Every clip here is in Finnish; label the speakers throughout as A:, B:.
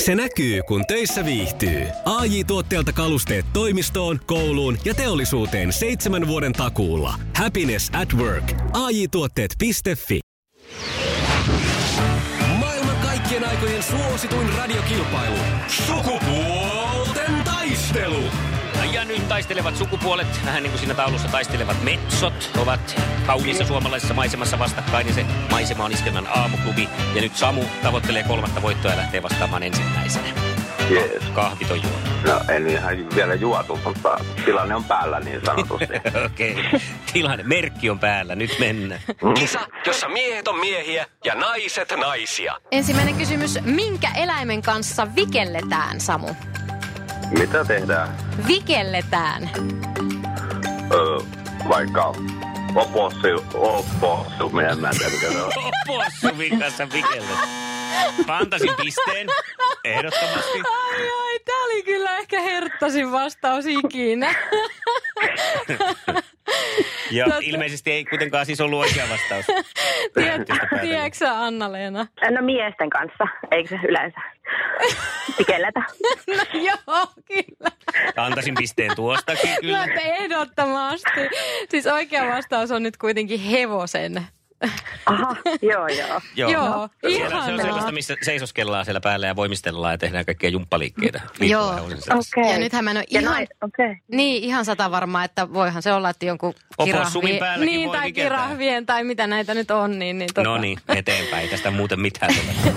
A: Se näkyy, kun töissä viihtyy. ai tuotteelta kalusteet toimistoon, kouluun ja teollisuuteen seitsemän vuoden takuulla. Happiness at work. ai tuotteetfi Maailman kaikkien aikojen suosituin radiokilpailu. Sukupuolten taistelu.
B: Ja nyt taistelevat sukupuolet, vähän niin kuin siinä taulussa taistelevat metsot, ovat kauniissa suomalaisessa maisemassa vastakkain ja se maisema on iskelmän aamuklubi. Ja nyt Samu tavoittelee kolmatta voittoa ja lähtee vastaamaan ensimmäisenä.
C: Jees.
B: Kahvit on juotu.
C: No en ihan vielä juotu, mutta tilanne on päällä niin sanotusti.
B: Okei, tilanne, merkki on päällä, nyt mennään.
A: Kisa, jossa miehet on miehiä ja naiset naisia.
D: Ensimmäinen kysymys. Minkä eläimen kanssa vikelletään, Samu?
C: Mitä tehdään?
D: Vikelletään.
C: Öö, vaikka opossi, opossu, minä en tiedä mikä se on.
B: Opossuvin kanssa vikelle. Pantasin pisteen, ehdottomasti.
D: Ai, ai, tää oli kyllä ehkä herttasin vastaus ikinä.
B: Ja
D: Totta.
B: ilmeisesti ei kuitenkaan siis ollut oikea vastaus.
D: Tiedät- Tiedätkö sä, Anna-Leena?
E: No miesten kanssa, eikö se yleensä pikelletä?
D: No joo, kyllä.
B: Antaisin pisteen tuostakin kyllä.
D: Kyllä. Mä ehdottomasti. Siis oikea vastaus on nyt kuitenkin hevosen.
E: Aha, joo joo.
D: Joo,
B: Siellä, se on
D: ihanaa.
B: sellaista, missä seisoskellaan siellä päällä ja voimistellaan ja tehdään kaikkia jumppaliikkeitä.
D: Joo.
B: Liikkuvaa hevosen selässä.
D: Ja nythän mä en ole
E: Ja
D: ihan-
E: nais- Okei.
D: Niin, ihan sata varmaa, että voihan se olla, että jonkun
B: Opossumin päälläkin
D: niin,
B: voi
D: tai
B: vikeltää.
D: kirahvien tai mitä näitä nyt on. Niin, niin tota.
B: No niin, eteenpäin. Ei Tästä muuten mitään tule.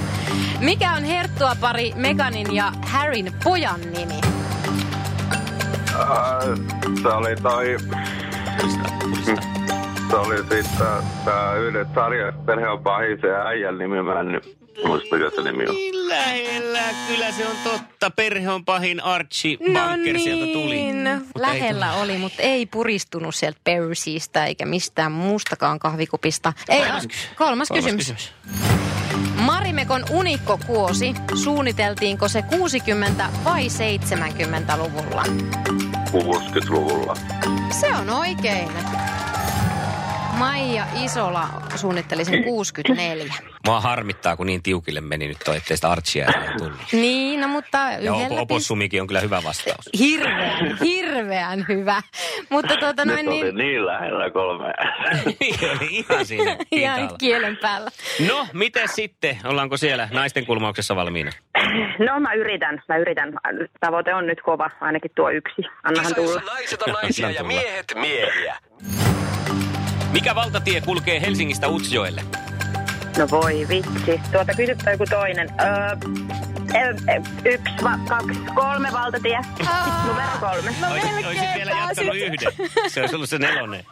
D: Mikä on herttua pari Meganin ja Harryn pojan nimi?
C: Öö, Se oli toi,
B: Pulista, pulista.
C: se oli sitten tää yhden sarjan perhe on pahis ja äijän nimi, mä en nyt muista mikä se nimi on.
B: Niin lähellä, kyllä se on totta. Perhe on pahin Archie
D: No
B: Bunker sieltä tuli.
D: niin,
B: Mut ei
D: lähellä
B: tullut.
D: oli, mutta ei puristunut sieltä Percystä eikä mistään muustakaan kahvikupista. Ei, kolmas, kolmas kysymys. kysymys. Marimekon unikkokuosi, suunniteltiinko se 60- vai 70-luvulla?
C: 60-luvulla.
D: No Se on oikein. Maija Isola suunnitteli sen 64.
B: Mua harmittaa, kun niin tiukille meni nyt toi, ettei sitä Archia enää tullut.
D: Niin, no mutta
B: Ja
D: yhdellä
B: op-
D: pist-
B: opossumikin on kyllä hyvä vastaus.
D: Hirveän, hirveän hyvä. Mutta tuota
C: Nyt
D: noin
C: oli
D: niin...
C: niin lähellä kolme.
B: Niin oli ihan siinä
D: Ihan
C: niin
B: pintaalla.
D: kielen päällä.
B: No, miten sitten? Ollaanko siellä naisten kulmauksessa valmiina?
E: No mä yritän, mä yritän. Tavoite on nyt kova, ainakin tuo yksi. Annahan
A: Kisa, jossa
E: tulla.
A: naiset on naisia ja
B: Anna tulla.
A: miehet miehiä.
B: Mikä valtatie kulkee Helsingistä Utsjoelle?
E: No voi vitsi. Tuota kysypä joku toinen. Öö, ö, ö, yksi, va, kaksi, kolme valtatie.
D: Aa.
E: Numero kolme.
D: No
B: Oisit, oisit
D: melkein
B: vielä jatkanut
D: pääsit.
B: yhden. Se olisi ollut se nelonen.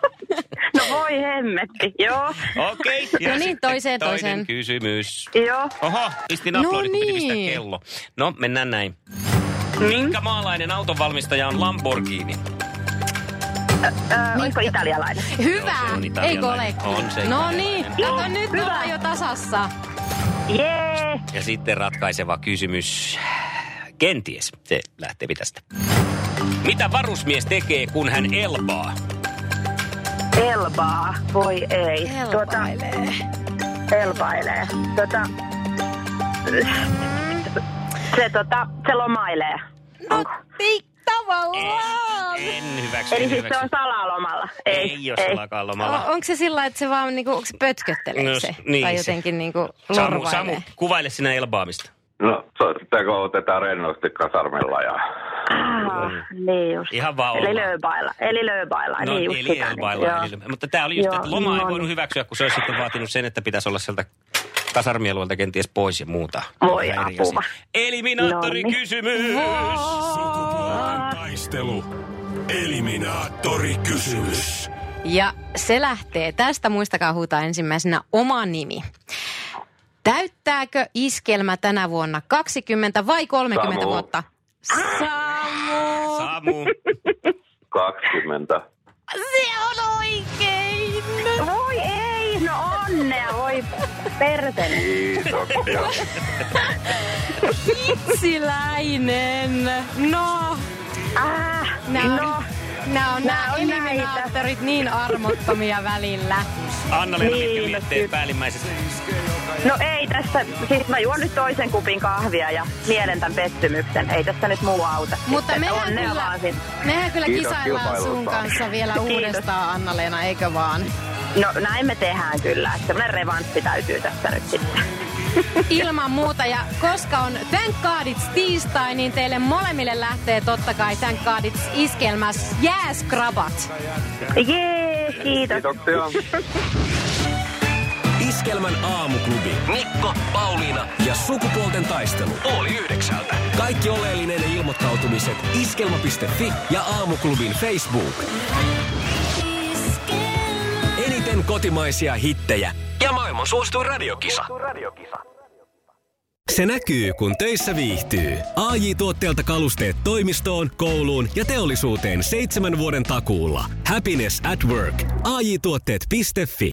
E: No voi hemmetti, joo.
B: Okei. ja
D: No niin,
B: sitten
D: toiseen,
B: toinen
D: toiseen.
B: kysymys.
E: Joo.
B: Oho, pistin
D: No
B: aplodit, no niin. piti
D: niin.
B: pistää kello. No, mennään näin. Minkä maalainen autonvalmistaja on Lamborghini?
D: Niin,
E: Öö, olisiko italialainen?
D: Hyvä,
B: Joo, se on italialainen.
D: eikö olekin?
B: On se
D: no
B: italialainen.
D: niin, kato nyt me
E: Hyvä.
D: ollaan jo tasassa.
E: Jee!
B: Ja sitten ratkaiseva kysymys. Kenties se lähtee tästä. Mitä varusmies tekee, kun hän elpaa?
E: Elbaa. Voi ei. Tuota,
C: tota-
D: Helpailee.
E: Elpailee. Tota, se, tota, se lomailee.
D: No tik
B: Eh,
D: tavallaan.
B: En, en hyväksy,
E: Eli
B: en
E: siis se on
B: hyväksy.
E: salalomalla. Ei,
B: Ei, jos lakaa lomalla.
D: O- onko se sillä että se vaan niinku, onko se pötköttelee
B: No,
D: se?
B: niin se.
D: tai jotenkin niinku
B: Samu, Samu,
D: lorvailee?
B: kuvaile sinä elbaamista.
C: No, soitteko otetaan rennosti kasarmilla ja...
E: Ah, niin just.
B: Ihan vaan
E: Eli
B: ollaan.
E: lööbailla. Eli lööbailla.
B: No,
E: niin just
B: eli
E: sitä, niin,
B: elbailla.
E: joo.
B: Eli, mutta tämä oli just,
E: Joo,
B: että lomaa ei
E: no
B: voinut
E: niin.
B: hyväksyä, kun se olisi sitten vaatinut sen, että pitäisi olla sieltä kasarmialueelta kenties pois ja muuta.
E: Voi
B: Vähän eri
E: apua.
B: asia. Eliminaattori
E: No niin.
B: kysymys!
F: Sukupuolten taistelu. Eliminaattori kysymys.
D: Ja se lähtee tästä, muistakaa huutaa ensimmäisenä oma nimi. Täyttääkö iskelmä tänä vuonna 20 vai 30
C: Samu.
D: vuotta? Samu!
B: Samu,
C: 20.
D: Se on oikein!
E: Voi ei, no onnea, voi persen.
C: Kiitoksia.
D: Siläinen! No!
E: Ah,
D: Nää, no. Nämä on nämä
E: Nää on näitä.
D: eliminaattorit niin armottomia välillä.
B: Anna-Leena, mitkä
E: Niin,
B: mietteet päällimmäisestä?
E: No ei tässä, siis mä juon nyt toisen kupin kahvia ja mielen tämän pettymyksen. Ei tässä nyt muu auta.
D: Mutta
E: Että
D: mehän
E: onnea
D: kyllä,
E: vaan sinne.
D: mehän kyllä
C: Kiitos
D: kisaillaan sun
C: kilpailusta.
D: kanssa vielä
E: Kiitos.
D: uudestaan, Anna-Leena, eikö vaan?
E: No näin me tehdään kyllä. että Semmoinen revanssi täytyy tässä nyt sitten.
D: Ilman muuta. Ja koska on Thank God It's tiistai, niin teille molemmille lähtee totta kai Thank God It's iskelmäs jääskrabat.
E: Jee, kiitos.
C: Kiitoksia.
A: Iskelmän aamuklubi. Mikko, Pauliina ja sukupuolten taistelu. Oli yhdeksältä. Kaikki oleellinen ilmoittautumiset iskelma.fi ja aamuklubin Facebook. Eniten kotimaisia hittejä ja maailman suosituin radiokisa. Se näkyy, kun töissä viihtyy. ai tuotteelta kalusteet toimistoon, kouluun ja teollisuuteen seitsemän vuoden takuulla. Happiness at work. AJ-tuotteet.fi.